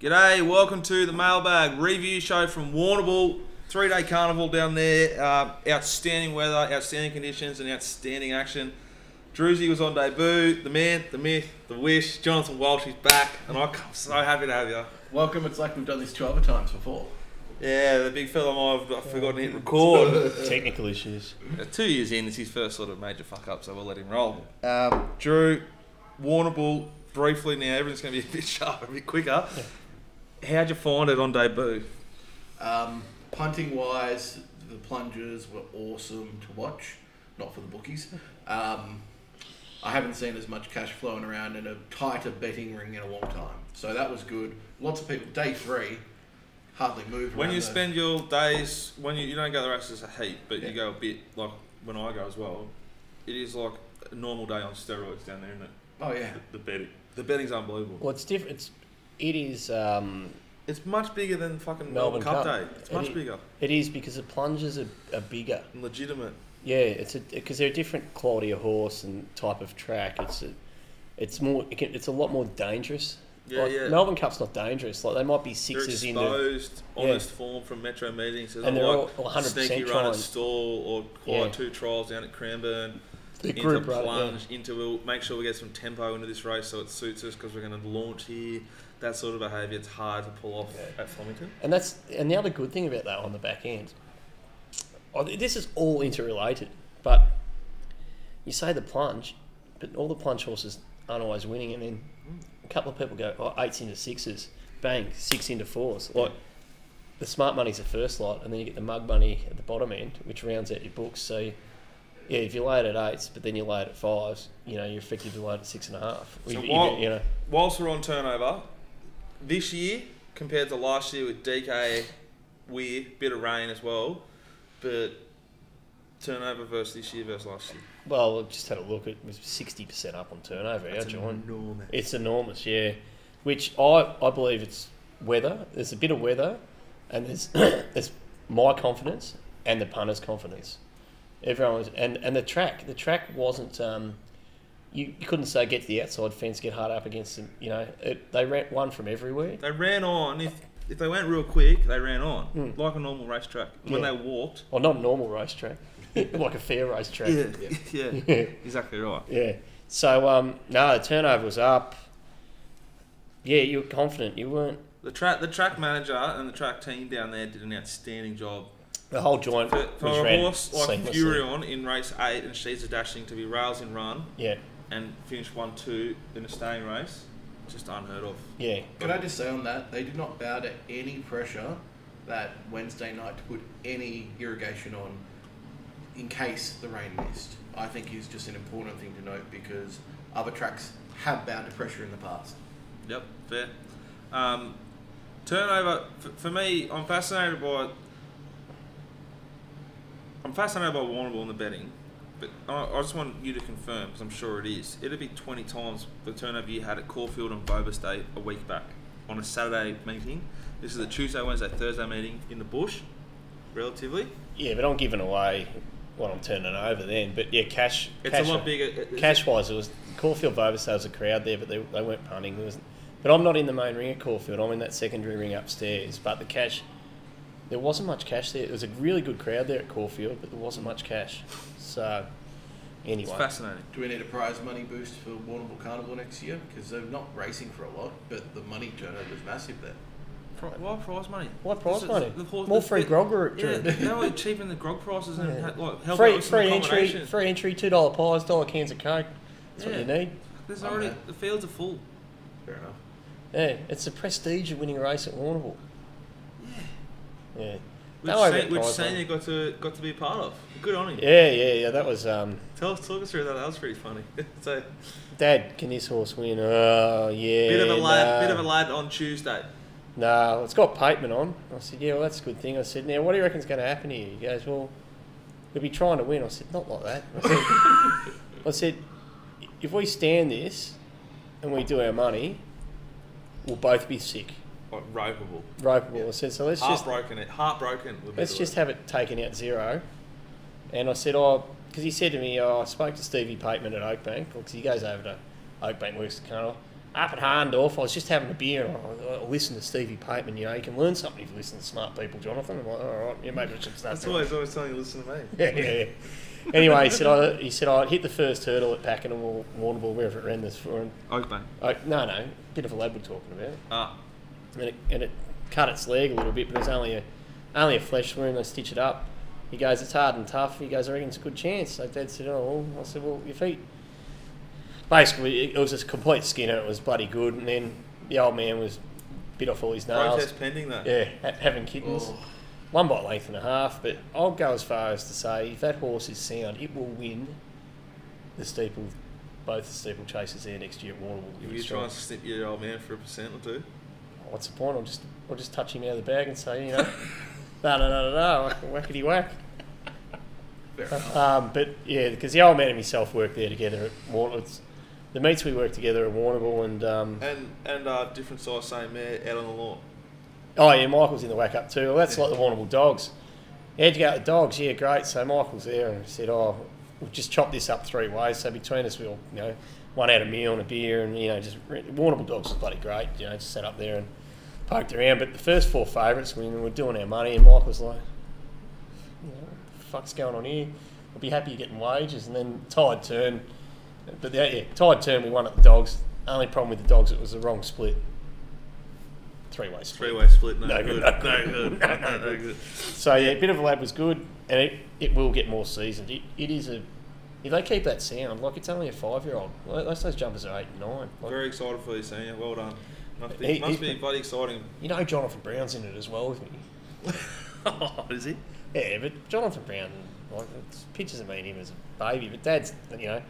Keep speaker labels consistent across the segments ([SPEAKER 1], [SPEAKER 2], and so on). [SPEAKER 1] G'day, welcome to the Mailbag Review Show from Warnable. Three day carnival down there. Uh, outstanding weather, outstanding conditions, and outstanding action. Druzy was on debut. The man, the myth, the wish. Jonathan Walsh is back, and I'm so happy to have you.
[SPEAKER 2] Welcome. It's like we've done this two other times before.
[SPEAKER 1] Yeah, the big fella might have forgotten to hit record.
[SPEAKER 3] Technical issues.
[SPEAKER 1] Uh, Two years in, it's his first sort of major fuck up, so we'll let him roll. Um, Drew, Warnable, briefly now, everything's going to be a bit sharper, a bit quicker. How'd you find it on debut?
[SPEAKER 2] Um, punting wise, the plungers were awesome to watch, not for the bookies. Um, I haven't seen as much cash flowing around in a tighter betting ring in a long time, so that was good. Lots of people day three hardly moved.
[SPEAKER 1] When
[SPEAKER 2] around
[SPEAKER 1] you
[SPEAKER 2] the-
[SPEAKER 1] spend your days, when you, you don't go the races a heap, but
[SPEAKER 2] Yeah.
[SPEAKER 1] you go a bit like when I go as well, it is like a normal day on steroids down there, isn't it?
[SPEAKER 2] oh yeah,
[SPEAKER 1] The, the betting, the betting's unbelievable.
[SPEAKER 3] Well, it's different. It's it is um,
[SPEAKER 1] It's much bigger than fucking
[SPEAKER 3] Melbourne
[SPEAKER 1] Melbourne Cup,
[SPEAKER 3] Cup.
[SPEAKER 1] Day. It's
[SPEAKER 3] It
[SPEAKER 1] much
[SPEAKER 3] is.
[SPEAKER 1] bigger,
[SPEAKER 3] it is because the plungers are, are bigger.
[SPEAKER 1] and legitimate.
[SPEAKER 3] Yeah, it's because they're a different quality of horse and type of track. It's a, it's more it can, it's a lot more dangerous.
[SPEAKER 1] Yeah,
[SPEAKER 3] Like,
[SPEAKER 1] yeah.
[SPEAKER 3] Melbourne Cup's not dangerous. Like they might be
[SPEAKER 1] They're
[SPEAKER 3] sixes into
[SPEAKER 1] exposed,
[SPEAKER 3] Yeah.
[SPEAKER 1] honest form from Metro meetings. There's
[SPEAKER 3] And
[SPEAKER 1] not
[SPEAKER 3] they're
[SPEAKER 1] like
[SPEAKER 3] all 100%
[SPEAKER 1] sneaky run
[SPEAKER 3] trying.
[SPEAKER 1] at stall or quite
[SPEAKER 3] Yeah.
[SPEAKER 1] two trials down at Cranbourne.
[SPEAKER 3] the
[SPEAKER 1] into
[SPEAKER 3] group right. Yeah.
[SPEAKER 1] plunge, into we'll make sure we get some tempo into this race so it suits us because we're going to launch here. That sort of behaviour, it's hard to pull off
[SPEAKER 3] Yeah.
[SPEAKER 1] at Flemington.
[SPEAKER 3] And that's and the other good thing about that on the back end. oh, th- This is all interrelated, but you say the plunge, but all the plunge horses aren't always winning, and then a couple of people go oh, eights into sixes, bang six into fours. Like the smart money's the first lot, and then you get the mug money at the bottom end, which rounds out your books. So you- yeah, if you lay it at eights, but then you lay it at fives, you know you're effectively laid at six and a half.
[SPEAKER 1] So
[SPEAKER 3] You- you-
[SPEAKER 1] while-
[SPEAKER 3] you know,
[SPEAKER 1] Whilst we're on turnover, this year compared to last year with DK, weird, bit of rain as well, but turnover versus this year versus last year.
[SPEAKER 3] well, I've just had a look. It was sixty percent up on turnover. yeah, John.
[SPEAKER 1] enormous.
[SPEAKER 3] It's enormous, yeah. Which I, I believe it's weather. There's a bit of weather, and there's there's my confidence and the punter's confidence. Everyone was, and, and the track the track wasn't um, you, you couldn't say get to the outside fence get hard up against them you know it, they ran one from everywhere
[SPEAKER 1] They ran on. If, if they went real quick, they ran on
[SPEAKER 3] Mm.
[SPEAKER 1] like a normal racetrack. When
[SPEAKER 3] Yeah.
[SPEAKER 1] they walked,
[SPEAKER 3] or not a normal racetrack like a fair racetrack
[SPEAKER 1] yeah, yeah,
[SPEAKER 3] yeah.
[SPEAKER 1] exactly right.
[SPEAKER 3] Yeah. So um, no the turnover was up. Yeah, you were confident. You weren't
[SPEAKER 1] The track, the track manager and the track team down there did an outstanding job.
[SPEAKER 3] the whole joint
[SPEAKER 1] For, for
[SPEAKER 3] was
[SPEAKER 1] a
[SPEAKER 3] ran
[SPEAKER 1] horse like
[SPEAKER 3] seamlessly.
[SPEAKER 1] Furion in race eight, and she's a dashing to be rails in run
[SPEAKER 3] Yeah.
[SPEAKER 1] and finish one two in a staying race, just unheard of.
[SPEAKER 3] Yeah.
[SPEAKER 2] Can I just say on that, they did not bow to any pressure that Wednesday night to put any irrigation on in case the rain missed. I think is just an important thing to note because other tracks have bowed to pressure in the past.
[SPEAKER 1] Yep, fair. Um, turnover for, for me, I'm fascinated by. I'm fascinated by Warnable in the betting, but I, I just want you to confirm because I'm sure it is. It'd be 20 times the turnover you had at Caulfield and Bovis Day a week back on a Saturday meeting. This is a Tuesday, Wednesday, Thursday meeting in the bush, relatively.
[SPEAKER 3] Yeah, but I'm giving away what I'm turning over then. But yeah, cash.
[SPEAKER 1] It's
[SPEAKER 3] cash,
[SPEAKER 1] a lot bigger. it- it's-
[SPEAKER 3] Cash wise, it was Caulfield Bovis. There was a crowd there, but they, they weren't punting. There was, but I'm not in the main ring at Caulfield. I'm in that secondary ring upstairs. But the cash, there wasn't much cash there. It was a really good crowd there at Caulfield, but there wasn't much cash. So
[SPEAKER 1] It's
[SPEAKER 3] anyway,
[SPEAKER 1] fascinating.
[SPEAKER 2] Do we need a prize money boost for Warrnambool Carnival next year? Because they're not racing for a lot, but the money turnover is massive there.
[SPEAKER 1] Pri- Why prize money?
[SPEAKER 3] Why prize
[SPEAKER 1] This is-
[SPEAKER 3] money?
[SPEAKER 1] the horse-
[SPEAKER 3] More
[SPEAKER 1] the-
[SPEAKER 3] free
[SPEAKER 1] the-
[SPEAKER 3] grogger.
[SPEAKER 1] Yeah,
[SPEAKER 3] Drew.
[SPEAKER 1] they were cheaping the grog prices and
[SPEAKER 3] Yeah.
[SPEAKER 1] had, like helped out
[SPEAKER 3] free
[SPEAKER 1] with some
[SPEAKER 3] free entry,
[SPEAKER 1] accommodation.
[SPEAKER 3] free entry. Two dollar pies, dollar cans of coke. That's
[SPEAKER 1] Yeah.
[SPEAKER 3] what you need.
[SPEAKER 1] There's
[SPEAKER 2] I'm
[SPEAKER 1] already
[SPEAKER 2] there.
[SPEAKER 1] the fields are full.
[SPEAKER 2] Fair enough.
[SPEAKER 3] Yeah, it's the prestige of winning a race at Warrnambool. Yeah.
[SPEAKER 1] Which,
[SPEAKER 3] Don't worry
[SPEAKER 1] Sa-
[SPEAKER 3] about
[SPEAKER 1] which
[SPEAKER 3] prize money.
[SPEAKER 1] Sanya got to got to be a part of. Good on him.
[SPEAKER 3] Yeah, yeah, yeah. That was um,
[SPEAKER 1] Tell us, talk us through that. That was pretty funny. so,
[SPEAKER 3] Dad. Can this horse win? Oh, yeah.
[SPEAKER 1] bit of a lad,
[SPEAKER 3] nah.
[SPEAKER 1] bit of a lad on Tuesday.
[SPEAKER 3] Nah, it's got Pateman on. I said, yeah, well, that's a good thing. I said, now, what do you reckon's going to happen here? He goes, well, he'll be trying to win. I said, not like that. I said, I said if we stand this and we do our money, we'll both be sick,
[SPEAKER 1] Like ropeable,
[SPEAKER 3] ropeable. I said, so let's just
[SPEAKER 1] heartbroken. It heartbroken. would be
[SPEAKER 3] Let's
[SPEAKER 1] the
[SPEAKER 3] just
[SPEAKER 1] word.
[SPEAKER 3] have it taken out zero. And I said, oh, because he said to me, oh, I spoke to Stevie Pateman at Oakbank, because he goes over to Oakbank, works at Carnival. up at Harndorf, I was just having a beer and I, I listened to Stevie Pateman. You know, you can learn something if you listen to smart people, Jonathan. I'm like, all right, yeah, maybe I should start.
[SPEAKER 1] That's
[SPEAKER 3] doing
[SPEAKER 1] why he's always telling you, listen to me.
[SPEAKER 3] yeah, yeah, yeah. Anyway, he said I he said I hit the first hurdle at Pakenham or Warrnambool, wherever it ran this for him.
[SPEAKER 1] Oak Bank.
[SPEAKER 3] I, no, no, bit of a lad we're talking about,
[SPEAKER 1] Ah,
[SPEAKER 3] and it, and it cut its leg a little bit, but it was only a only a flesh wound. They stitch it up. He goes, it's hard and tough. He goes, I reckon it's a good chance. So Dad said, oh, well. I said, well, your feet. Basically, it was a complete skinner. It was bloody good, and then the old man was bit off all his nails.
[SPEAKER 1] protest pending though.
[SPEAKER 3] Yeah, ha- having kittens.
[SPEAKER 2] Oh.
[SPEAKER 3] One by length and a half, but I'll go as far as to say if that horse is sound, it will win the steeple, both the steeplechases there next year at Warrnambool.
[SPEAKER 1] If you try and snip your old man for a percent or two.
[SPEAKER 3] What's the point? I'll just, I'll just touch him out of the bag and say, you know, no, no, no, no, no, whackity whack.
[SPEAKER 2] Fair enough.
[SPEAKER 3] Um, but yeah, because the old man and myself worked there together at Warrnambool. It's- The meets we worked together at Warrnambool and um,
[SPEAKER 1] And and uh, different size same mare out on the lawn.
[SPEAKER 3] Oh yeah, Michael's in the whack up too. Well, that's like the Warrnambool dogs. How'd you go with the dogs? Yeah, great. So Michael's there and said, "Oh, we'll just chop this up three ways. So between us, we'll you know, one out a meal and a beer, and you know, just re- Warrnambool dogs was bloody great. You know, just sat up there and poked around. But the first four favourites, we were doing our money, and Michael's like, you know, "What the fuck's going on here? I'll be happy you're getting wages." And then tide turn, but the, yeah, tide turn. We won at the dogs. Only problem with the dogs, it was the wrong split. Three way split.
[SPEAKER 1] Three way split, no,
[SPEAKER 3] No
[SPEAKER 1] good.
[SPEAKER 3] good,
[SPEAKER 1] No
[SPEAKER 3] no
[SPEAKER 1] good.
[SPEAKER 3] good.
[SPEAKER 1] No, no, no good.
[SPEAKER 3] So yeah, bit of a lab was good, and it, it will get more seasoned. It, it is a if they keep that sound, like it's only a five year old. Most of those jumpers are eight and nine. Like,
[SPEAKER 1] Very excited for you, senior. Well done. Must be,
[SPEAKER 3] He-
[SPEAKER 1] must
[SPEAKER 3] he's
[SPEAKER 1] be
[SPEAKER 3] been-
[SPEAKER 1] bloody exciting.
[SPEAKER 3] you know, Jonathan Brown's in it as well with me.
[SPEAKER 1] Is he?
[SPEAKER 3] Yeah, but Jonathan Brown, like it's pictures of me and him as a baby. But Dad's, you know,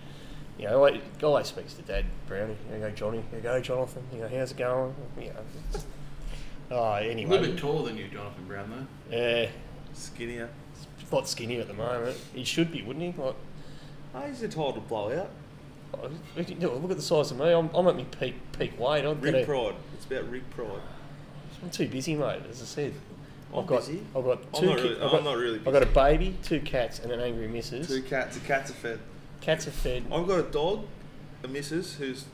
[SPEAKER 3] you know, always, always speaks to Dad Brown. You go, Johnny. You go, Jonathan. You know, how's it going? You know. it's- Oh,
[SPEAKER 2] A little
[SPEAKER 3] anyway.
[SPEAKER 2] bit taller than you, Jonathan Brown, though.
[SPEAKER 3] Yeah,
[SPEAKER 1] Skinnier.
[SPEAKER 3] he's a lot skinnier at the moment. He should be, wouldn't he? Like,
[SPEAKER 1] Oh, he's entitled to blow out.
[SPEAKER 3] Oh, Look at the size of me. I'm, I'm at my peak peak weight. I'm,
[SPEAKER 1] Rig
[SPEAKER 3] gonna,
[SPEAKER 1] pride. It's about rig pride.
[SPEAKER 3] I'm too busy, mate. As I said,
[SPEAKER 1] I'm
[SPEAKER 3] I've got
[SPEAKER 1] Oh, busy.
[SPEAKER 3] I've got
[SPEAKER 1] I'm
[SPEAKER 3] 2
[SPEAKER 1] not
[SPEAKER 3] ki-
[SPEAKER 1] really-
[SPEAKER 3] I've got,
[SPEAKER 1] I'm not really
[SPEAKER 3] I've got a baby, two cats, and an angry missus.
[SPEAKER 1] Two cats. The cats are fed.
[SPEAKER 3] Cats are fed.
[SPEAKER 1] I've got a dog, a missus, who's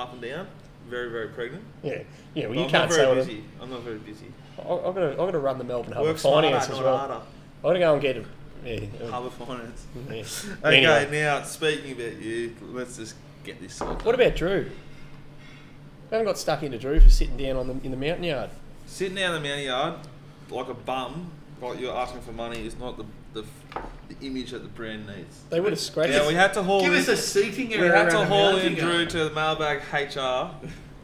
[SPEAKER 1] up and down, very, very pregnant.
[SPEAKER 3] Yeah, yeah. Well,
[SPEAKER 1] But
[SPEAKER 3] you
[SPEAKER 1] I'm
[SPEAKER 3] can't
[SPEAKER 1] not
[SPEAKER 3] say
[SPEAKER 1] very
[SPEAKER 3] what
[SPEAKER 1] busy. I'm not very busy.
[SPEAKER 3] I'm, I've got to I've got to run the Melbourne Harbour
[SPEAKER 1] Work smarter,
[SPEAKER 3] Finance
[SPEAKER 1] not
[SPEAKER 3] as well.
[SPEAKER 1] harder.
[SPEAKER 3] I've got to go and get a. Yeah,
[SPEAKER 1] Harbour Finance.
[SPEAKER 3] yeah.
[SPEAKER 1] Okay,
[SPEAKER 3] Anyway,
[SPEAKER 1] now speaking about you, let's just get this sorted.
[SPEAKER 3] what about Drew? I haven't got stuck into Drew for sitting down on the in the mountain yard.
[SPEAKER 1] Sitting down in the mountain yard like a bum, like you're asking for money, is not the the, the image that the brand needs.
[SPEAKER 3] They would have scratched.
[SPEAKER 1] Yeah, we had to haul
[SPEAKER 2] Give
[SPEAKER 1] in,
[SPEAKER 2] us a seating
[SPEAKER 1] we
[SPEAKER 2] area.
[SPEAKER 1] had to
[SPEAKER 2] around the
[SPEAKER 1] haul in
[SPEAKER 2] mountain
[SPEAKER 1] Drew
[SPEAKER 2] yard.
[SPEAKER 1] to the mailbag HR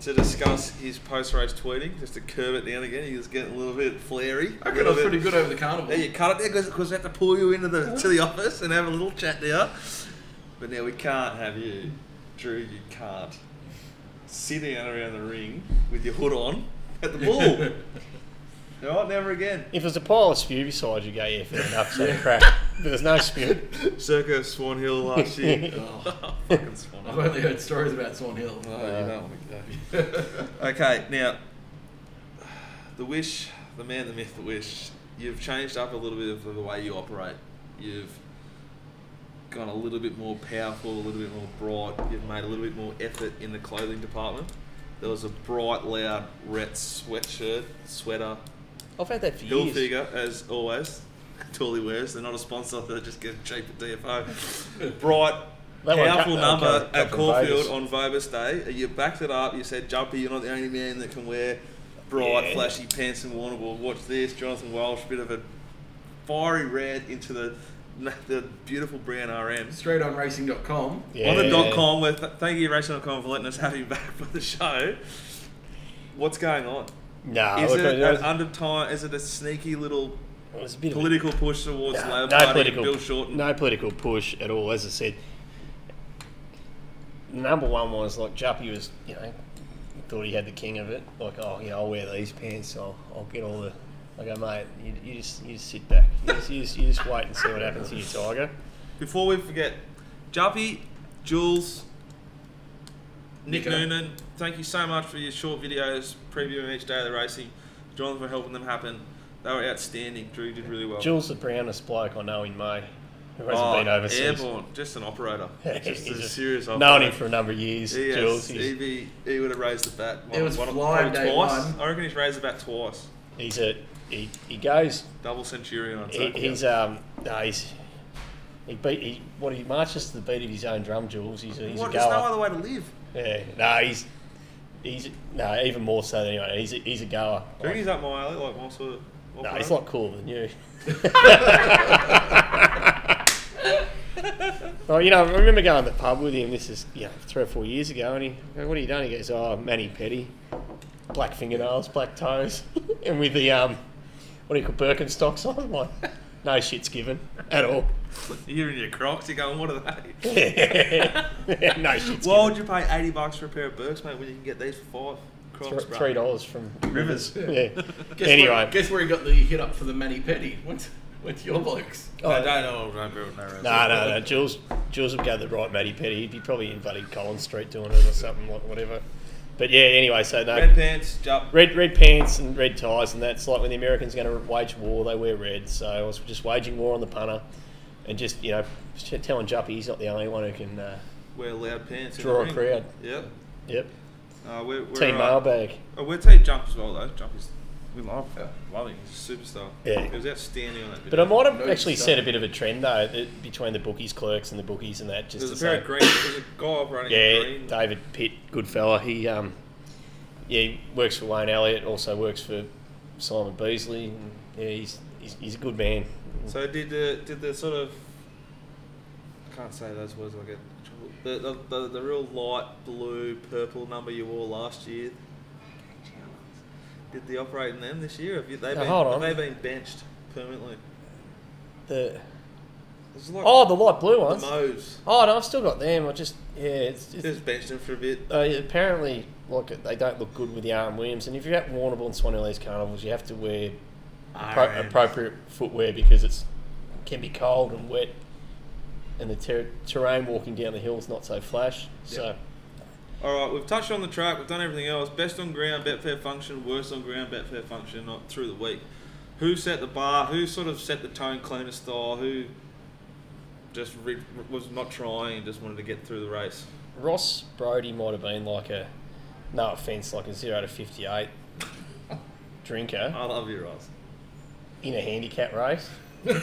[SPEAKER 1] to discuss his post race tweeting, just to curb it down again. He was getting a little bit flary. a
[SPEAKER 2] I reckon I
[SPEAKER 1] little
[SPEAKER 2] was
[SPEAKER 1] bit-
[SPEAKER 2] pretty good over the carnival.
[SPEAKER 1] Yeah, you cut it there because we had to pull you into the to the office and have a little chat there. But now we can't have you, Drew. You can't sit down around the ring with your hood on at the ball. All right, never again.
[SPEAKER 3] If there's a pile of spew beside you, go yeah, fair enough. So crap. But there's no spew.
[SPEAKER 1] Circa Swan Hill last year. Uh,
[SPEAKER 2] Oh,
[SPEAKER 1] Fucking Swan
[SPEAKER 2] I've
[SPEAKER 1] Hill.
[SPEAKER 2] only heard stories about Swan Hill.
[SPEAKER 1] Oh, you don't want to go. okay, now the wish, the man, the myth, the wish. You've changed up a little bit of the way you operate. You've gone a little bit more powerful, a little bit more bright. You've made a little bit more effort in the clothing department. There was a bright, loud Rets sweatshirt, sweater,
[SPEAKER 3] I've had that for
[SPEAKER 1] Hill
[SPEAKER 3] years.
[SPEAKER 1] figure, as always. Totally wears. They're not a sponsor. They just get cheap at DFO. Bright,
[SPEAKER 3] That one
[SPEAKER 1] powerful
[SPEAKER 3] cut- that one
[SPEAKER 1] number
[SPEAKER 3] cut- cut
[SPEAKER 1] at
[SPEAKER 3] from
[SPEAKER 1] Caulfield
[SPEAKER 3] Vegas.
[SPEAKER 1] on Vobus Day. You backed it up. You said, "Jumper, you're not the only man that can wear bright,
[SPEAKER 3] Yeah.
[SPEAKER 1] flashy pants and Warrnambool." Watch this, Jonathan Walsh, bit of a fiery red into the the beautiful brown RM.
[SPEAKER 2] Straight on racing.com.
[SPEAKER 3] Yeah.
[SPEAKER 1] On the dot com, we're th- thank you, Racing.com, for letting us have you back for the show. What's going on?
[SPEAKER 3] Nah,
[SPEAKER 1] Is
[SPEAKER 3] look,
[SPEAKER 1] it
[SPEAKER 3] it, was,
[SPEAKER 1] an undertone? Is it a sneaky little
[SPEAKER 3] it was a bit
[SPEAKER 1] political push towards
[SPEAKER 3] of a,
[SPEAKER 1] Labor
[SPEAKER 3] no, no
[SPEAKER 1] Party
[SPEAKER 3] political,
[SPEAKER 1] and Bill Shorten.
[SPEAKER 3] no political push at all. As I said, number one was like Juppy was, you know, thought he had the king of it. Like, oh yeah, I'll wear these pants. I'll, I'll get all the. I go, mate, you, you just you just sit back. You just, you just you just wait and see what happens to your tiger.
[SPEAKER 1] Before we forget, Juppy, Jules, Nick
[SPEAKER 2] Nico.
[SPEAKER 1] Noonan, thank you so much for your short videos previewing each day of the racing. Jonathan for helping them happen. They were outstanding. Drew did really well. Oh,
[SPEAKER 3] Jules the brownest bloke I know in May. who hasn't been overseas.
[SPEAKER 1] airborne, just an operator. just a
[SPEAKER 3] He's just
[SPEAKER 1] serious operator.
[SPEAKER 3] Known him for a number of years,
[SPEAKER 1] He,
[SPEAKER 3] Jules.
[SPEAKER 1] has,
[SPEAKER 3] He's,
[SPEAKER 1] he, be, he would have raised the bat.
[SPEAKER 2] It was
[SPEAKER 1] of-
[SPEAKER 2] flying
[SPEAKER 1] probably
[SPEAKER 2] day
[SPEAKER 1] twice.
[SPEAKER 2] one.
[SPEAKER 1] I reckon he's raised the bat twice.
[SPEAKER 3] he's a he, he goes
[SPEAKER 1] Double centurion, I'd
[SPEAKER 3] he,
[SPEAKER 1] say.
[SPEAKER 3] he's um no he's he beat he what he marches to the beat of his own drum Jules. He's a, he's
[SPEAKER 1] what,
[SPEAKER 3] a
[SPEAKER 1] there's
[SPEAKER 3] goer.
[SPEAKER 1] no other way to live.
[SPEAKER 3] yeah, no he's he's no even more so than anyone. He's a, he's a goer.
[SPEAKER 1] Do you reckon he's up my alley, like my sort of.
[SPEAKER 3] no,
[SPEAKER 1] operator?
[SPEAKER 3] he's a lot cooler than you. well, you know, I remember going to the pub with him. This is you know three or four years ago, and he, I go, "What are you doing?" He goes, "Oh, mani petty, black fingernails, black toes, and with the um, what do you call Birkenstocks on?" Like, no shit's given at all.
[SPEAKER 1] You're in your Crocs. You're going, what are they?
[SPEAKER 3] no shit's
[SPEAKER 1] Why
[SPEAKER 3] well,
[SPEAKER 1] would you pay 80 bucks for a pair of Birks, mate, when you can get these for five Crocs,
[SPEAKER 3] given.
[SPEAKER 1] bro?
[SPEAKER 3] Three dollars from
[SPEAKER 1] Rivers.
[SPEAKER 3] yeah.
[SPEAKER 2] Guess where,
[SPEAKER 3] anyway,
[SPEAKER 2] guess where he got the hit up for the mani petty? What's what's your blokes?
[SPEAKER 1] No,
[SPEAKER 3] Oh,
[SPEAKER 1] don't, no, don't, do it, no, no,
[SPEAKER 3] No, no, no. Jules, Jules would go to the right Matty Petty. He'd be probably in bloody Collins Street doing it or something, like whatever. But yeah, anyway, so no.
[SPEAKER 1] Red
[SPEAKER 3] Red,
[SPEAKER 1] pants, jump.
[SPEAKER 3] red, pants and red ties, and that's like when the Americans are going to wage war, they wear red. So I was just waging war on the punter and just, you know, t- telling Juppy he's not the only one who can. Uh,
[SPEAKER 1] Wear loud pants. in
[SPEAKER 3] Draw a
[SPEAKER 1] the ring.
[SPEAKER 3] crowd.
[SPEAKER 1] Yep.
[SPEAKER 3] yep.
[SPEAKER 1] Uh, we're, we're
[SPEAKER 3] Team
[SPEAKER 1] uh,
[SPEAKER 3] Mailbag.
[SPEAKER 1] Oh, we're team jump as well though. Jump is we love
[SPEAKER 2] Yeah.
[SPEAKER 1] love him. He's a superstar.
[SPEAKER 3] Yeah.
[SPEAKER 1] He was outstanding on that.
[SPEAKER 3] But I
[SPEAKER 1] Video.
[SPEAKER 3] might have
[SPEAKER 2] No
[SPEAKER 3] actually
[SPEAKER 2] stuff.
[SPEAKER 3] set a bit of a trend, though, that between the bookies clerks and the bookies and that, just
[SPEAKER 1] There's
[SPEAKER 3] to
[SPEAKER 1] a pair
[SPEAKER 3] say.
[SPEAKER 1] of green. There's a guy operating
[SPEAKER 3] Yeah,
[SPEAKER 1] a green.
[SPEAKER 3] David Pitt, good fella. He um, yeah, he works for Wayne Elliott, also works for Simon Beasley. And yeah, he's, he's he's a good man.
[SPEAKER 1] So did the did the sort of I can't say those words. I get in trouble. The, the, the, the real light blue purple number you wore last year. Did they operate in them this year? Have you, they
[SPEAKER 3] Now,
[SPEAKER 1] been,
[SPEAKER 3] hold
[SPEAKER 1] have
[SPEAKER 3] on.
[SPEAKER 1] they been benched permanently?
[SPEAKER 3] The
[SPEAKER 1] There's like
[SPEAKER 3] oh, the light blue ones.
[SPEAKER 1] the Moes.
[SPEAKER 3] Oh no, I've still got them. I just yeah, it's, it's
[SPEAKER 1] Just benched them for a bit.
[SPEAKER 3] uh, apparently like they don't look good with the Arm Williams. And if you're at Warrnambool and Swan Lee's carnivals, you have to wear appro-
[SPEAKER 2] RMs.
[SPEAKER 3] appropriate footwear because it's can be cold and wet, and the ter- terrain walking down the hill's not so flash. So.
[SPEAKER 1] All right, we've touched on the track. We've done everything else. Best on ground, Betfair function. Worst on ground, Betfair function. Not through the week. Who set the bar? Who sort of set the tone, cleaner style? Who just re- was not trying and just wanted to get through the race?
[SPEAKER 3] Ross Brody might have been like a, no offense, like a zero to fifty-eight drinker
[SPEAKER 1] I love you, Ross.
[SPEAKER 3] in a handicap race, but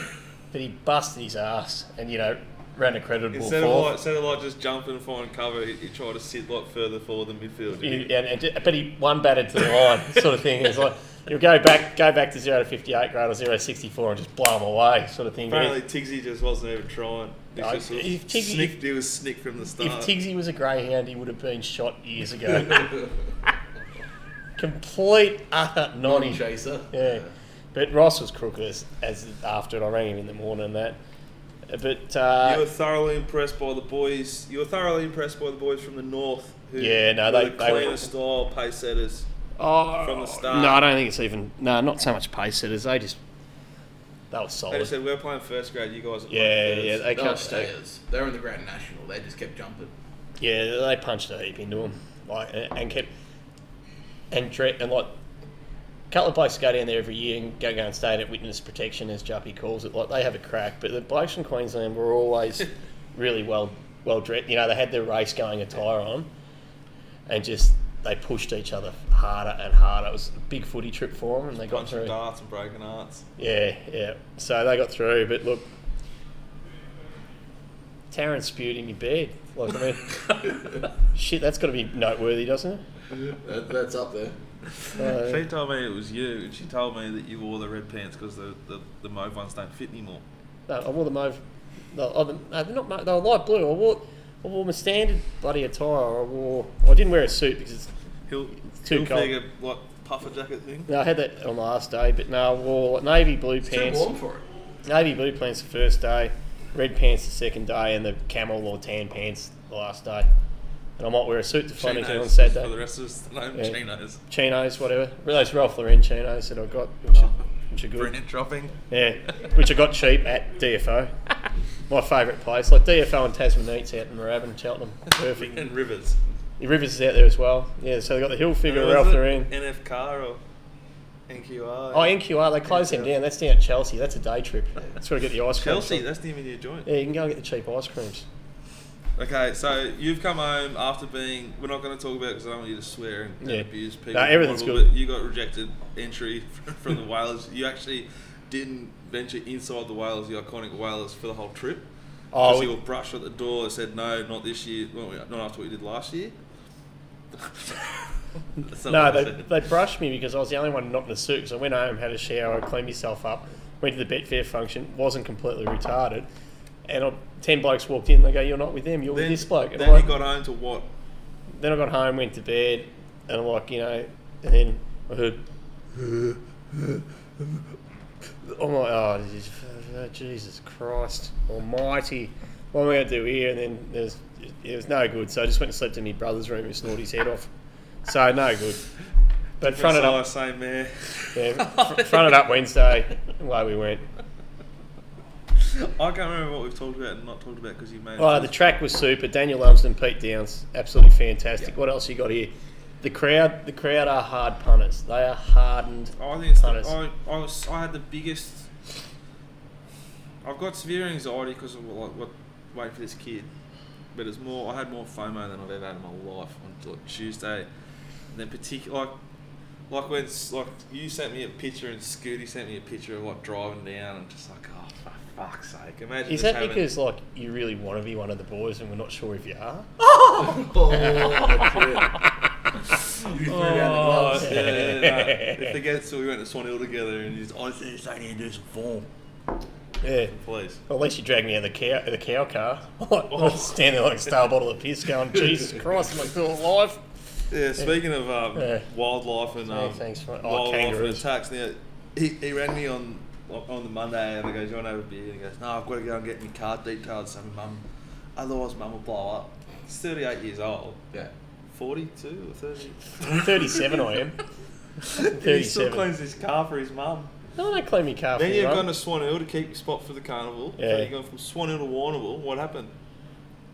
[SPEAKER 3] he busted his ass and you know ran a creditable
[SPEAKER 1] Instead of like,
[SPEAKER 3] fourth.
[SPEAKER 1] instead of like just jumping and finding cover, he, he tried to sit like further forward than midfield.
[SPEAKER 3] He-
[SPEAKER 1] didn't he?
[SPEAKER 3] and, and ju- but he one batted to the line, sort of thing. It's like you go back, go back to zero to fifty-eight grade or zero to sixty-four and just blow him away, sort of thing. But
[SPEAKER 1] Apparently, Tiggsy just wasn't even trying. He
[SPEAKER 3] No,
[SPEAKER 1] just sort of
[SPEAKER 3] if Tiggsy-
[SPEAKER 1] snicked. He was snicked from the
[SPEAKER 3] if,
[SPEAKER 1] start.
[SPEAKER 3] if Tiggsy was a greyhound, he would have been shot years ago. Complete utter
[SPEAKER 2] Non
[SPEAKER 3] nonny.
[SPEAKER 2] chaser.
[SPEAKER 3] Yeah. But Ross was crooked as, as after it. I rang him in the morning and that. Uh, But uh,
[SPEAKER 1] You were thoroughly impressed by the boys. You were thoroughly impressed by the boys from the north. Who
[SPEAKER 3] Yeah, no,
[SPEAKER 1] were
[SPEAKER 3] they-
[SPEAKER 1] the
[SPEAKER 3] they were-
[SPEAKER 1] cleaner style pace setters.
[SPEAKER 3] oh,
[SPEAKER 1] from the start-
[SPEAKER 3] No, I don't think it's even. No, not so much pace setters. They just they were
[SPEAKER 1] They
[SPEAKER 3] solid.
[SPEAKER 1] just said we're playing first grade. You guys are
[SPEAKER 3] yeah,
[SPEAKER 1] playing
[SPEAKER 3] yeah,
[SPEAKER 1] thirds."
[SPEAKER 2] They
[SPEAKER 3] they
[SPEAKER 2] were
[SPEAKER 3] can't. They,
[SPEAKER 2] stayers. They were in the Grand National. They just kept jumping.
[SPEAKER 3] yeah, they punched a heap into him, like and, and kept and dre- and like. Cutler blokes go down there every year and go go and stay at witness protection, as Juppy calls it. Like they have a crack, but the blokes from Queensland were always really well well dressed. You know, they had their race going attire on, and just they pushed each other harder and harder. It was a big footy trip for them, and they got
[SPEAKER 1] punching
[SPEAKER 3] through.
[SPEAKER 1] darts and breaking arts.
[SPEAKER 3] Yeah, yeah. So they got through, but look, Taryn spewed in your bed. Like, I mean, shit, that's got to be noteworthy, doesn't it?
[SPEAKER 2] That, that's up there.
[SPEAKER 3] Uh,
[SPEAKER 1] she told me it was you, and she told me that you wore the red pants because the, the the mauve ones don't fit anymore.
[SPEAKER 3] No, I wore the mauve. No, oh, the- no, they're not. mauve, They were light blue. I wore. I wore my standard bloody attire. I wore. I didn't wear a suit because it's,
[SPEAKER 1] Hill,
[SPEAKER 3] too cold.
[SPEAKER 1] Hilfiger, like puffer jacket thing.
[SPEAKER 3] no, I had that on the last day. But no, I wore navy blue
[SPEAKER 2] Too
[SPEAKER 3] pants,
[SPEAKER 2] warm for it.
[SPEAKER 3] navy blue pants the first day, red pants the second day, and the camel or tan pants the last day. And I might wear a suit to find
[SPEAKER 1] Chinos
[SPEAKER 3] on Saturday.
[SPEAKER 1] for the rest of us. The name
[SPEAKER 3] Yeah.
[SPEAKER 1] chinos.
[SPEAKER 3] chinos, whatever. Those Ralph Lauren chinos that I got, which are, which are good.
[SPEAKER 1] Brilliant dropping.
[SPEAKER 3] Yeah, which I got cheap at DFO. My favourite place, like DFO and Tasman Eats out in Moorabbin, Cheltenham. Perfect.
[SPEAKER 1] And Rivers.
[SPEAKER 3] the Rivers is out there as well. Yeah, so they got the hill figure,
[SPEAKER 1] Who was
[SPEAKER 3] Ralph
[SPEAKER 1] it?
[SPEAKER 3] Lauren.
[SPEAKER 1] NF car or NQR.
[SPEAKER 3] Oh, NQR, they closed him down. That's down at Chelsea. That's a day trip. That's where I get the ice cream.
[SPEAKER 1] Chelsea,
[SPEAKER 3] from.
[SPEAKER 1] that's near your joint.
[SPEAKER 3] Yeah, you can go and get the cheap ice creams.
[SPEAKER 1] Okay, so you've come home after being. We're not going to talk about it because I don't want you to swear and, and
[SPEAKER 3] Yeah.
[SPEAKER 1] abuse people.
[SPEAKER 3] No, everything's
[SPEAKER 1] Audible,
[SPEAKER 3] good.
[SPEAKER 1] But you got rejected entry from, from the Whalers. You actually didn't venture inside the Whalers, the iconic Whalers, for the whole trip.
[SPEAKER 3] Oh,
[SPEAKER 1] Because
[SPEAKER 3] we-
[SPEAKER 1] you were brushed at the door and said, no, not this year, well, not after what you did last year. That's not
[SPEAKER 3] No,
[SPEAKER 1] what I
[SPEAKER 3] they,
[SPEAKER 1] said.
[SPEAKER 3] they brushed me because I was the only one not in a suit. So I went home, had a shower, cleaned myself up, went to the Betfair function, wasn't completely retarded. And I, 10 blokes walked in, they go, You're not with them, you're with
[SPEAKER 1] Then,
[SPEAKER 3] this bloke. And
[SPEAKER 1] then
[SPEAKER 3] I'm like-
[SPEAKER 1] you got home to what?
[SPEAKER 3] then I got home, went to bed, and I'm like, you know, and then I heard. I'm like, oh, this is- oh, Jesus Christ Almighty. What am I going to do here? And then there's, it was no good. So I just went and slept in my brother's room and snored his head off. So no good. But front it up,
[SPEAKER 1] Same there.
[SPEAKER 3] yeah, fr- front it up Wednesday. Away we went.
[SPEAKER 1] I can't remember what we've talked about and not talked about because you made. it
[SPEAKER 3] Oh,
[SPEAKER 1] to
[SPEAKER 3] the track was super. Daniel Lumsden, Pete Downs, absolutely fantastic. What else you got here? The crowd, the crowd are hard punters. They are hardened.
[SPEAKER 1] I think it's the,
[SPEAKER 3] Hunters.
[SPEAKER 1] I, I, was, I had the biggest. I've got severe anxiety because of like what wait for this kid, but it's more. I had more FOMO than I've ever had in my life on like, Tuesday, and then particular like like when s- like you sent me a picture and Scooty sent me a picture of like driving down. I'm just like, oh for fuck's sake! Imagine
[SPEAKER 3] Is
[SPEAKER 1] just
[SPEAKER 3] that
[SPEAKER 1] having-
[SPEAKER 3] because like you really want to be one of the boys and we're not sure if you are?
[SPEAKER 2] Oh, that's it. You threw down the
[SPEAKER 1] Oh,
[SPEAKER 2] gloves.
[SPEAKER 1] yeah, yeah, yeah, no. If they get so we went to Swan Hill together and "Oh, he's I said, I need to do some form,
[SPEAKER 3] Yeah.
[SPEAKER 1] please.
[SPEAKER 3] Well, at least you dragged me out of the cow the cow car. I was standing like a stale bottle of piss, going, Jesus Christ, am I still alive?
[SPEAKER 1] Yeah, speaking of um,
[SPEAKER 3] Yeah.
[SPEAKER 1] wildlife and
[SPEAKER 3] Yeah,
[SPEAKER 1] um,
[SPEAKER 3] thanks for- oh,
[SPEAKER 1] wildlife and
[SPEAKER 3] kangaroos.
[SPEAKER 1] attacks, now he, he rang me on on the Monday and I goes, "You want to have a beer?" And he goes, "No, I've got to go and get my car detailed, so my mum, otherwise mum will blow up." He's thirty eight years old,
[SPEAKER 2] Yeah.
[SPEAKER 1] forty two or thirty.
[SPEAKER 3] I'm 37, I am.
[SPEAKER 1] And he still
[SPEAKER 3] 37.
[SPEAKER 1] cleans his car for his mum.
[SPEAKER 3] No, I don't claim your car for
[SPEAKER 1] Then you've
[SPEAKER 3] your
[SPEAKER 1] gone
[SPEAKER 3] own.
[SPEAKER 1] to Swan Hill to keep your spot for the carnival.
[SPEAKER 3] Yeah.
[SPEAKER 1] So you've gone from Swan Hill to Warrnambool. What happened?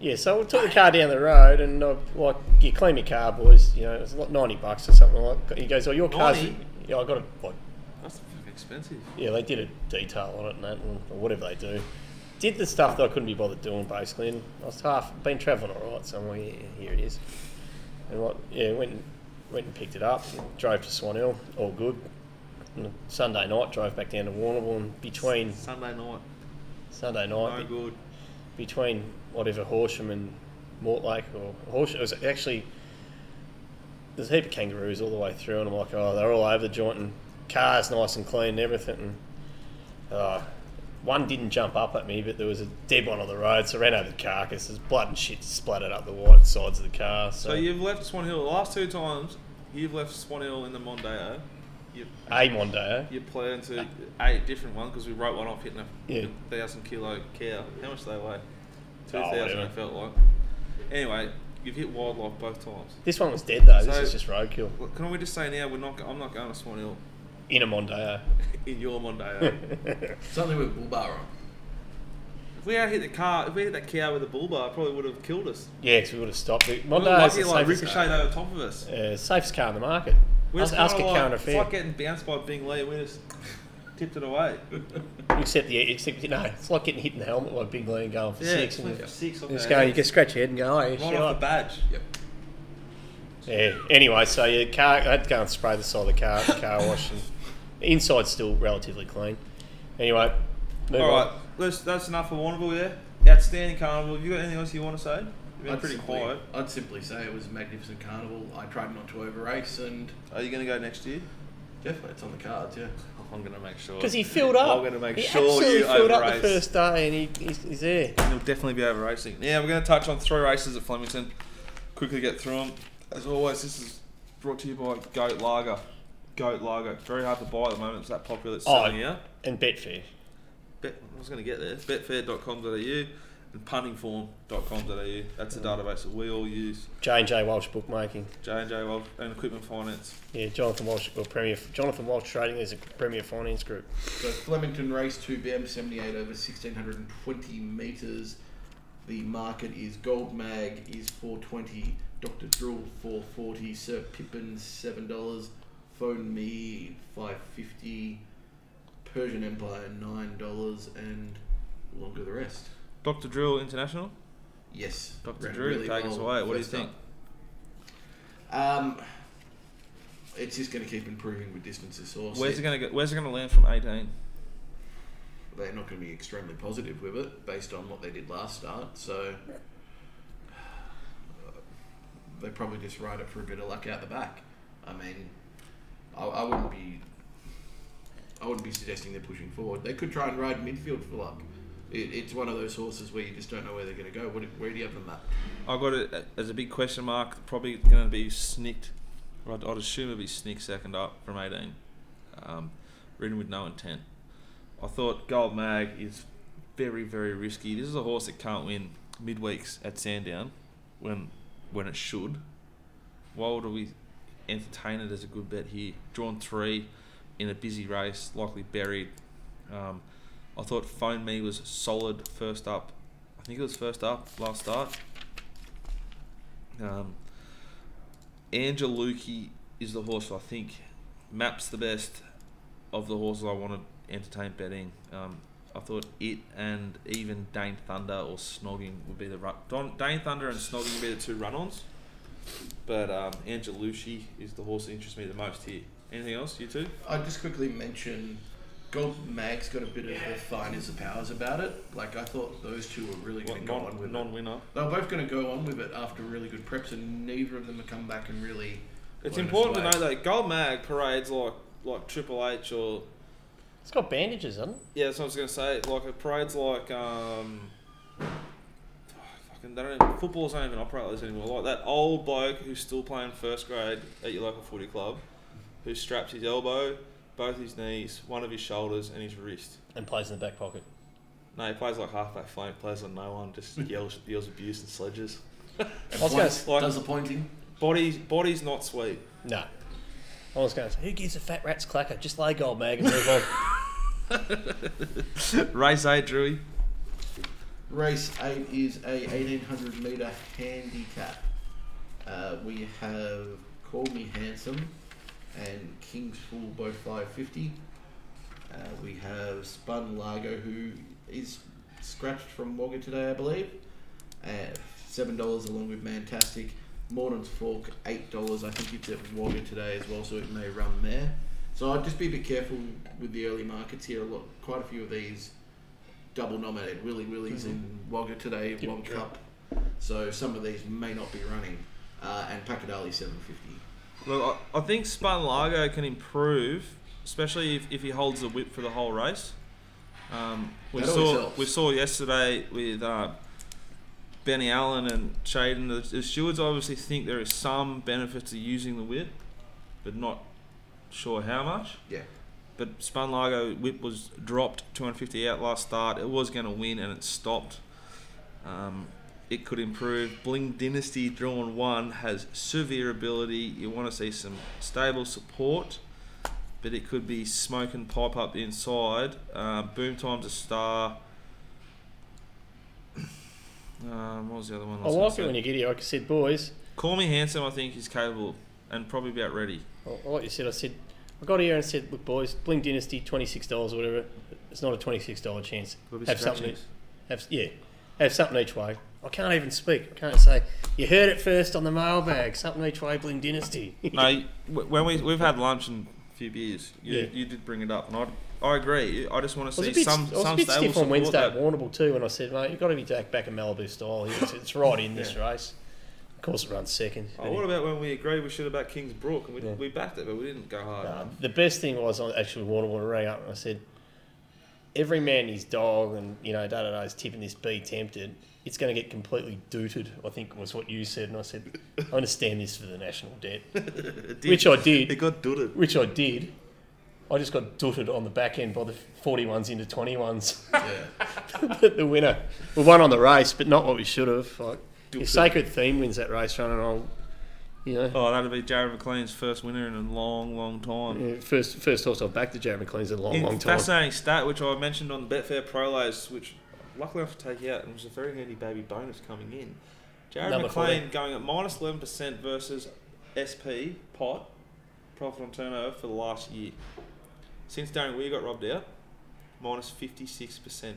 [SPEAKER 3] Yeah, so we took the car down the road and uh, like you claim your car, boys. You know, it's like ninety bucks or something like. that. He goes, "Oh, your car's
[SPEAKER 1] 90?
[SPEAKER 3] yeah, I got it. Like,
[SPEAKER 1] That's fucking expensive.
[SPEAKER 3] yeah, they did a detail on it and that, and- or whatever they do. Did the stuff that I couldn't be bothered doing basically, and I was half been travelling all right, so I'm like, yeah, here it is. And like, yeah, went and, went and picked it up, drove to Swan Hill, all good. And Sunday night, drove back down to Warrnambool, and between
[SPEAKER 1] Sunday night,
[SPEAKER 3] Sunday night,
[SPEAKER 1] no
[SPEAKER 3] be-
[SPEAKER 1] good.
[SPEAKER 3] between whatever Horsham and Mortlake or Horsham. It was actually there's a heap of kangaroos all the way through, and I'm like, oh, they're all over the joint, and cars nice and clean and everything. And uh, one didn't jump up at me, but there was a dead one on the road, so I ran over the carcass. There's blood and shit splattered up the white sides of the car. So,
[SPEAKER 1] So you've left Swan Hill the last two times. You've left Swan Hill in the Mondeo. You
[SPEAKER 3] a Mondo,
[SPEAKER 1] you planned to a different one because we wrote one off hitting a
[SPEAKER 3] Yeah.
[SPEAKER 1] thousand kilo cow. How much do they weigh? Two
[SPEAKER 3] Oh,
[SPEAKER 1] thousand.
[SPEAKER 3] whatever.
[SPEAKER 1] It felt like. Anyway, you've hit wildlife both times.
[SPEAKER 3] this one was dead though. This
[SPEAKER 1] So-
[SPEAKER 3] is just roadkill
[SPEAKER 1] Well, Can we just say now we're not? go- I'm not going to Swan Hill
[SPEAKER 3] in a Mondo.
[SPEAKER 1] in your Mondeo.
[SPEAKER 2] Something with bull bar on.
[SPEAKER 1] if we had hit the car, if we hit that cow with a bull bar, it probably would have killed us.
[SPEAKER 3] yeah, because we would have stopped. it.
[SPEAKER 1] We were
[SPEAKER 3] Mondo is
[SPEAKER 1] lucky
[SPEAKER 3] the
[SPEAKER 1] it like
[SPEAKER 3] safest,
[SPEAKER 1] ricocheted over top of us.
[SPEAKER 3] uh, safest car in the market.
[SPEAKER 1] We're
[SPEAKER 3] ask
[SPEAKER 1] just
[SPEAKER 3] ask a
[SPEAKER 1] kinda
[SPEAKER 3] car
[SPEAKER 1] like,
[SPEAKER 3] and a
[SPEAKER 1] It's
[SPEAKER 3] fare.
[SPEAKER 1] like getting bounced by Bing Lee. We just tipped it away.
[SPEAKER 3] Except the except you know, it's like getting hit in the helmet by a big lean going for
[SPEAKER 1] Yeah,
[SPEAKER 3] six,
[SPEAKER 1] it's
[SPEAKER 3] and,
[SPEAKER 1] like six.
[SPEAKER 3] and just going, you can scratch your head and go, oh, yeah,
[SPEAKER 1] Right
[SPEAKER 3] shit,
[SPEAKER 1] off
[SPEAKER 3] I-
[SPEAKER 1] the badge.
[SPEAKER 2] Yep.
[SPEAKER 3] yeah. Anyway, so your car, I had to go and spray the side of the car, car wash, and the inside's still relatively clean. Anyway, move
[SPEAKER 1] All
[SPEAKER 3] on.
[SPEAKER 1] right, that's, that's enough for Warrnambool, yeah? Outstanding carnival. Have you got anything else you want to say? You've been pretty
[SPEAKER 2] simply,
[SPEAKER 1] quiet.
[SPEAKER 2] I'd simply say it was a magnificent carnival. I tried not to overrace, and
[SPEAKER 1] Are you going to go next year?
[SPEAKER 2] definitely it's on the cards. Yeah.
[SPEAKER 1] I'm going to make sure.
[SPEAKER 3] Because he filled up.
[SPEAKER 1] I'm going to make
[SPEAKER 3] he
[SPEAKER 1] sure
[SPEAKER 3] absolutely
[SPEAKER 1] you
[SPEAKER 3] filled up
[SPEAKER 1] overrace.
[SPEAKER 3] the first day, and he, he's, he's there.
[SPEAKER 1] He'll definitely be over racing. Yeah, we're going to touch on three races at Flemington. Quickly get through them. As always, this is brought to you by Goat Lager. Goat Lager. It's very hard to buy at the moment. It's that popular. It's
[SPEAKER 3] Oh,
[SPEAKER 1] selling here.
[SPEAKER 3] And Betfair.
[SPEAKER 1] Bet, I was going to get there. Betfair.com.au and puntingform.com.au. That's the database that we all use.
[SPEAKER 3] J and J Welsh bookmaking.
[SPEAKER 1] J&J Wealth and Equipment Finance.
[SPEAKER 3] Yeah, Jonathan Welsh or Premier Jonathan Welsh Trading is a Premier Finance Group.
[SPEAKER 2] So Flemington race two BM seventy eight over sixteen hundred and twenty meters. The market is Gold Mag is four twenty, Doctor Drill four forty, Sir Pippin seven dollars, Phone Me five fifty, Persian Empire nine dollars, and longer the rest.
[SPEAKER 1] Dr. Drill International.
[SPEAKER 2] Yes,
[SPEAKER 1] Dr.
[SPEAKER 2] ran
[SPEAKER 1] Drew, take us
[SPEAKER 2] well
[SPEAKER 1] away. What do you
[SPEAKER 2] first
[SPEAKER 1] think?
[SPEAKER 2] up. Um, it's just going to keep improving with distances. So I'll
[SPEAKER 1] Where's
[SPEAKER 2] see.
[SPEAKER 1] it going to go? Where's it going to land from 18?
[SPEAKER 2] they're not going to be extremely positive with it based on what they did last start. So uh, they probably just ride it for a bit of luck out the back. I mean, I, I wouldn't be, I wouldn't be suggesting they're pushing forward. They could try and ride midfield for luck. It, it's one of those horses where you just don't know where they're going to go. What, where do you have them at?
[SPEAKER 1] I got it as a big question mark. Probably going to be snicked. or I'd, I'd assume it'd be snicked second up from 18. Um, ridden with no intent. I thought Gold Mag is very, very risky. This is a horse that can't win midweeks at Sandown when when it should. Why would we entertain it as a good bet here? Drawn three in a busy race, likely buried. Um, I thought Phone Me was solid first up. I think it was first up last start. Um, Angelucci is the horse I think maps the best of the horses I want to entertain betting. Um, I thought it and even Dane Thunder or Snogging would be the run. Don, Dane Thunder and Snogging would be the two run-ons. But um, Angelucci is the horse that interests me the most here. Anything else, you two?
[SPEAKER 2] I'd just quickly mention Gold Mag's got a bit of the finest of powers about it. Like I thought those two were really going
[SPEAKER 1] What,
[SPEAKER 2] to go on with
[SPEAKER 1] non,
[SPEAKER 2] it.
[SPEAKER 1] non-winner.
[SPEAKER 2] They're both going to go on with it after really good preps, and neither of them have come back and really.
[SPEAKER 1] It's
[SPEAKER 2] blown us
[SPEAKER 1] important to
[SPEAKER 2] away.
[SPEAKER 1] know that Gold Mag parades like like Triple H or
[SPEAKER 3] It's got bandages, hasn't it?
[SPEAKER 1] Yeah, that's what I was gonna say. Like a parade's like um, fucking they don't even, footballs don't even operate like this anymore. Like that old bloke who's still playing first grade at your local footy club, who straps his elbow, both his knees, one of his shoulders, and his wrist.
[SPEAKER 3] And plays in the back pocket.
[SPEAKER 1] No, he plays like halfback flank, plays on no one, just yells yells abuse and sledges.
[SPEAKER 2] And
[SPEAKER 3] I was gonna
[SPEAKER 2] points,
[SPEAKER 1] say-
[SPEAKER 2] does the pointing.
[SPEAKER 1] Body's body's not sweet.
[SPEAKER 3] No. I was going to say, who gives a fat rat's clacker? Just lay gold mag and move on.
[SPEAKER 1] Race eight, Drewy.
[SPEAKER 2] Race eight is a eighteen hundred meter handicap. Uh, we have Call Me Handsome and King's Fool both five fifty. Uh, we have Spun Largo who is scratched from Wagga today, I believe. At seven dollars along with Mantastic. Morning's Fork eight dollars. I think it's at Wagga today as well, so it may run there. So I'd just be a bit careful with the early markets here. A lot, quite a few of these double nominated Willy Willies in Wagga today,
[SPEAKER 3] Yep,
[SPEAKER 2] One
[SPEAKER 3] yep.
[SPEAKER 2] Cup. So some of these may not be running. Uh, and Pacadali seven fifty.
[SPEAKER 1] Look, I, I think Spun Largo can improve, especially if, if he holds the whip for the whole race. Um, we
[SPEAKER 2] That always
[SPEAKER 1] saw
[SPEAKER 2] helps.
[SPEAKER 1] we saw yesterday with uh, Benny Allen and Shaden. The, the stewards obviously think there is some benefit to using the whip, but not sure how much.
[SPEAKER 2] Yeah.
[SPEAKER 1] But Spun Largo whip was dropped 250 out last start. It was going to win and it stopped. Um, it could improve. Bling Dynasty drawn one has severe ability. You want to see some stable support, but it could be smoke and pipe up the inside. Uh, Boom Time's a star. Um, what was the other one?
[SPEAKER 3] I like it when you're giddy. Like I said, boys,
[SPEAKER 1] Call Me Handsome, I think, is capable and probably about ready.
[SPEAKER 3] Well, like you said, I said, I got here and said, look, boys, Bling Dynasty, $26 or whatever. It's not a $26 chance.
[SPEAKER 1] Could be
[SPEAKER 3] Have something.
[SPEAKER 1] scratches.
[SPEAKER 3] Have, yeah, have something each way. I can't even speak. I can't say, you heard it first on the mailbag. Something each way, Bling Dynasty.
[SPEAKER 1] no, you- w- when we we've had lunch and a few beers, you,
[SPEAKER 3] Yeah.
[SPEAKER 1] you did bring it up, and I I agree. I just want
[SPEAKER 3] I
[SPEAKER 1] to
[SPEAKER 3] was
[SPEAKER 1] see
[SPEAKER 3] a bit,
[SPEAKER 1] some
[SPEAKER 3] I was
[SPEAKER 1] some
[SPEAKER 3] a bit
[SPEAKER 1] stable
[SPEAKER 3] stiff on
[SPEAKER 1] support
[SPEAKER 3] Wednesday at
[SPEAKER 1] that-
[SPEAKER 3] Warnable too when I said, mate, you've got to be back, back in Malibu style. here. It's, it's right in this race. Of course, it runs second.
[SPEAKER 1] Oh, what about when we agreed we should have backed Kings Brook and we,
[SPEAKER 3] Yeah.
[SPEAKER 1] we backed it, but we didn't go hard.
[SPEAKER 3] Nah, the best thing was on actually Warnable to rang up and I said, every man his dog and you know da da da is tipping this be tempted. It's going to get completely dooted. I think was what you said, and I said, I understand this for the national debt,
[SPEAKER 1] It did-
[SPEAKER 3] which I did,
[SPEAKER 1] it got dooted.
[SPEAKER 3] which I did. I just got dooted on the back end by the forty ones into twenty ones.
[SPEAKER 2] Yeah.
[SPEAKER 3] the winner, we won on the race, but not what we should have. Like,
[SPEAKER 1] Dooted.
[SPEAKER 3] if Sacred Theme wins that race run, and I'll, you know,
[SPEAKER 1] Oh, that'll be Jared McLean's first winner in a long, long time.
[SPEAKER 3] yeah, first first horse I've backed to Jared McLean's in a long,
[SPEAKER 1] In-
[SPEAKER 3] long time.
[SPEAKER 1] Fascinating stat, which I mentioned on the Betfair Prolos, which luckily I have to take out, and was a very handy baby bonus coming in. Jared
[SPEAKER 3] Number
[SPEAKER 1] McLean going at minus 11% versus SP Pot profit on turnover for the last year. Since Darren Weir got robbed out, minus 56%.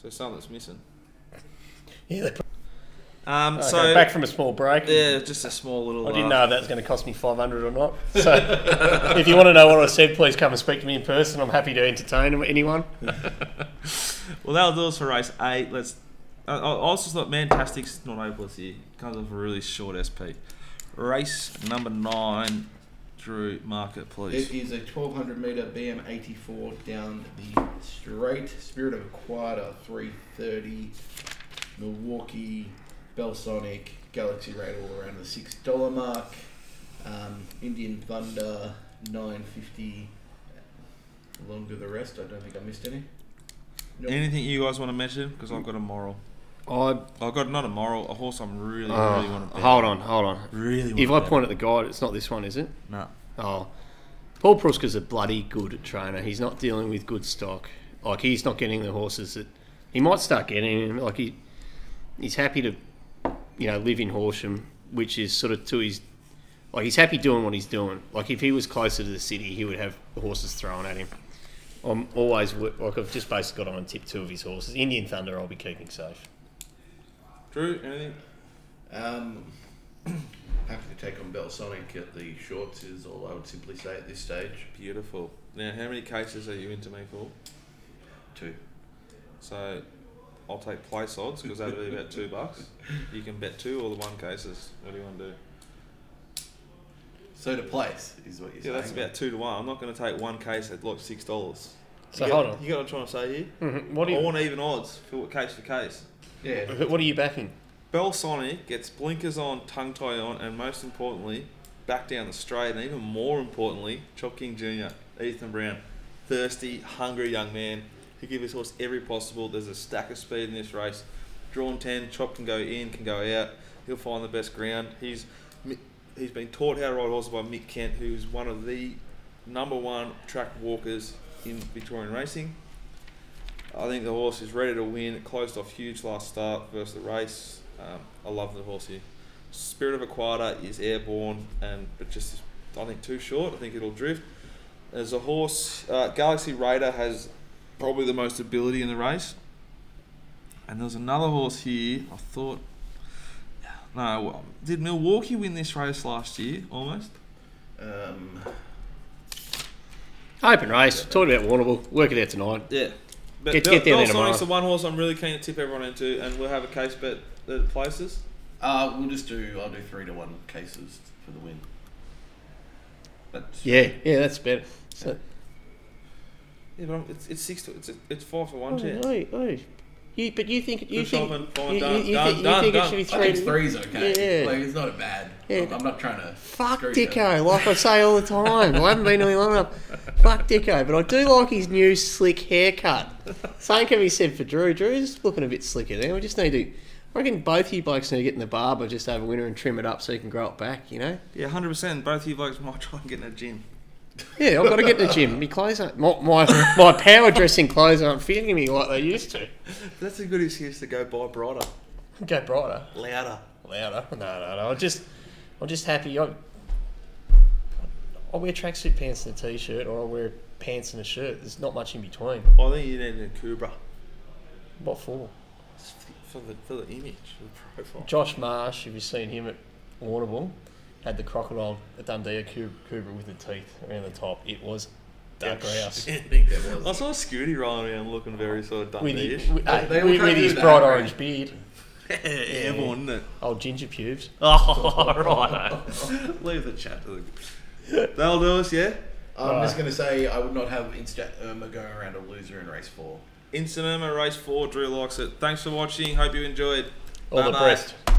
[SPEAKER 1] So something's missing.
[SPEAKER 3] Yeah, they put-
[SPEAKER 1] Um,
[SPEAKER 3] okay,
[SPEAKER 1] so,
[SPEAKER 3] back from a small break.
[SPEAKER 1] yeah, just a small little.
[SPEAKER 3] I didn't
[SPEAKER 1] uh,
[SPEAKER 3] know if that was going to cost me 500 or not. So if you want to know what I said, please come and speak to me in person. I'm happy to entertain anyone.
[SPEAKER 1] Well, that'll do us for race eight. Let's. uh, I I also thought Mantastic's not able this year. Comes off a really short SP. Race number nine, Drew Market, please.
[SPEAKER 2] It is a 1200 meter BM 84 down the straight. Spirit of Aquata 330. Milwaukee, Belsonic, Galaxy Raid all around the six dollar mark. Um, Indian Thunder 950. Along to the rest. I don't think I missed any. Nope.
[SPEAKER 1] Anything you guys want to mention? Because I've got a moral.
[SPEAKER 3] I
[SPEAKER 1] I've got not a moral, a horse I'm really, really want to bet.
[SPEAKER 3] Oh. Uh, hold on, hold on.
[SPEAKER 1] Really want
[SPEAKER 3] If I point at the guide, it's not this one, is it?
[SPEAKER 1] No.
[SPEAKER 3] Oh, Paul Prusker's a bloody good trainer. He's not dealing with good stock. Like he's not getting the horses that he might start getting. Him. Like he, he's happy to, you know, live in Horsham, which is sort of to his. Like he's happy doing what he's doing. Like if he was closer to the city, he would have horses thrown at him. I'm always wo- like I've just basically got on and tipped two of his horses. Indian Thunder, I'll be keeping safe.
[SPEAKER 1] Drew, anything?
[SPEAKER 2] Um, happy to take on Belsonic at the shorts is all I would simply say at this stage.
[SPEAKER 1] Beautiful. Now, how many cases are you into me for?
[SPEAKER 2] Two.
[SPEAKER 1] So, I'll take place odds because that'll be about two bucks. You can bet two or the one cases. What do you want to do?
[SPEAKER 2] So to place is what you're
[SPEAKER 1] Yeah,
[SPEAKER 2] saying.
[SPEAKER 1] that's about two to one. I'm not going to take one case at like six dollars.
[SPEAKER 3] So
[SPEAKER 1] you get-
[SPEAKER 3] hold on.
[SPEAKER 1] You got what I'm trying to say here?
[SPEAKER 3] Mhm. What do
[SPEAKER 1] I
[SPEAKER 3] you?
[SPEAKER 1] want even odds for what case for case.
[SPEAKER 2] Yeah.
[SPEAKER 3] wh- What are you backing?
[SPEAKER 1] Bell Sonic gets blinkers on, tongue tie on, and most importantly, back down the straight, and even more importantly, Chop King Jr., Ethan Brown. Thirsty, hungry young man who give his horse every possible. There's a stack of speed in this race. Drawn 10, Chop can go in, can go out. He'll find the best ground. He's Mi- he's been taught how to ride horses by Mick Kent, who's one of the number one track walkers in Victorian racing. I think the horse is ready to win. It closed off huge last start versus the race. Um, I love the horse here. Spirit of Aquata is airborne, and but just I think too short. I think it'll drift. As a horse, uh, Galaxy Raider has probably the most ability in the race. And there's another horse here. I thought, no, well, did Milwaukee win this race last year almost?
[SPEAKER 2] Um,
[SPEAKER 3] Open race. Talk about Warnable. Work it out tonight.
[SPEAKER 1] Yeah. But
[SPEAKER 3] Get-
[SPEAKER 1] Bel-
[SPEAKER 3] get down there
[SPEAKER 1] Belsonic's
[SPEAKER 3] tomorrow.
[SPEAKER 1] the one horse I'm really keen to tip everyone into, and we'll have a case bet that places.
[SPEAKER 2] uh, we'll just do. I'll do three to one cases for the win. That's
[SPEAKER 3] Yeah, yeah, that's better. So,
[SPEAKER 1] Yeah, but I'm- it's, it's six to it's it's five to one
[SPEAKER 3] Oh,
[SPEAKER 1] chance.
[SPEAKER 3] oh, oh. You, but you think you
[SPEAKER 1] Good
[SPEAKER 3] think
[SPEAKER 1] shopping,
[SPEAKER 3] you,
[SPEAKER 1] fine,
[SPEAKER 3] you,
[SPEAKER 1] done,
[SPEAKER 3] you
[SPEAKER 1] done,
[SPEAKER 3] think, you
[SPEAKER 1] done,
[SPEAKER 3] think it
[SPEAKER 1] done.
[SPEAKER 3] should be
[SPEAKER 2] I think
[SPEAKER 3] three?
[SPEAKER 2] three's okay.
[SPEAKER 3] Yeah.
[SPEAKER 2] Like it's not a bad.
[SPEAKER 3] Yeah.
[SPEAKER 2] I'm, I'm not trying to.
[SPEAKER 3] Fuck
[SPEAKER 2] screw you.
[SPEAKER 3] Dicko, like I say all the time. I haven't been doing it long enough. Fuck Dicko, but I do like his new slick haircut. Same can be said for Drew. Drew's looking a bit slicker there. We just need to. I reckon both you blokes need to get in the barber just over winter and trim it up so you can grow it back. You know.
[SPEAKER 1] Yeah, hundred percent. Both of you blokes might try and get in a gym.
[SPEAKER 3] Yeah, I've got to get in the gym. My clothes aren't my my, my power dressing clothes aren't fitting me like they used to.
[SPEAKER 1] That's a good excuse to go buy brighter,
[SPEAKER 3] Go brighter.
[SPEAKER 1] louder.
[SPEAKER 3] louder. No, no, no. I'm just, I'm just happy. I, I wear tracksuit pants and a t-shirt, or I wear pants and a shirt. There's not much in between.
[SPEAKER 1] I think you need a Cobra
[SPEAKER 3] What for?
[SPEAKER 1] It's f- for the for the image, for the profile.
[SPEAKER 3] Josh Marsh, if you've seen him at Warrnambool, had the crocodile at Dundee a cub- cobra with the teeth around the top. It was duck rouse.
[SPEAKER 2] There
[SPEAKER 1] I
[SPEAKER 2] was.
[SPEAKER 1] saw Scooty rolling around looking very sort of
[SPEAKER 3] With, his-
[SPEAKER 1] Dundee-ish.
[SPEAKER 3] with, uh,
[SPEAKER 2] They all
[SPEAKER 3] with-
[SPEAKER 2] can't
[SPEAKER 3] with
[SPEAKER 2] do
[SPEAKER 3] his
[SPEAKER 2] that,
[SPEAKER 3] bright
[SPEAKER 2] right?
[SPEAKER 3] orange beard,
[SPEAKER 1] Airborne, isn't it?
[SPEAKER 3] old ginger pubes.
[SPEAKER 1] Oh, right. Leave the chat to the. That'll do us, yeah.
[SPEAKER 2] I'm just
[SPEAKER 3] Right.
[SPEAKER 2] gonna say I would not have Insta Irma going around a loser in race four.
[SPEAKER 1] In Sonoma, race four. Drew likes it. Thanks for watching. Hope you enjoyed.
[SPEAKER 3] All the
[SPEAKER 1] Bye-bye.
[SPEAKER 3] breast.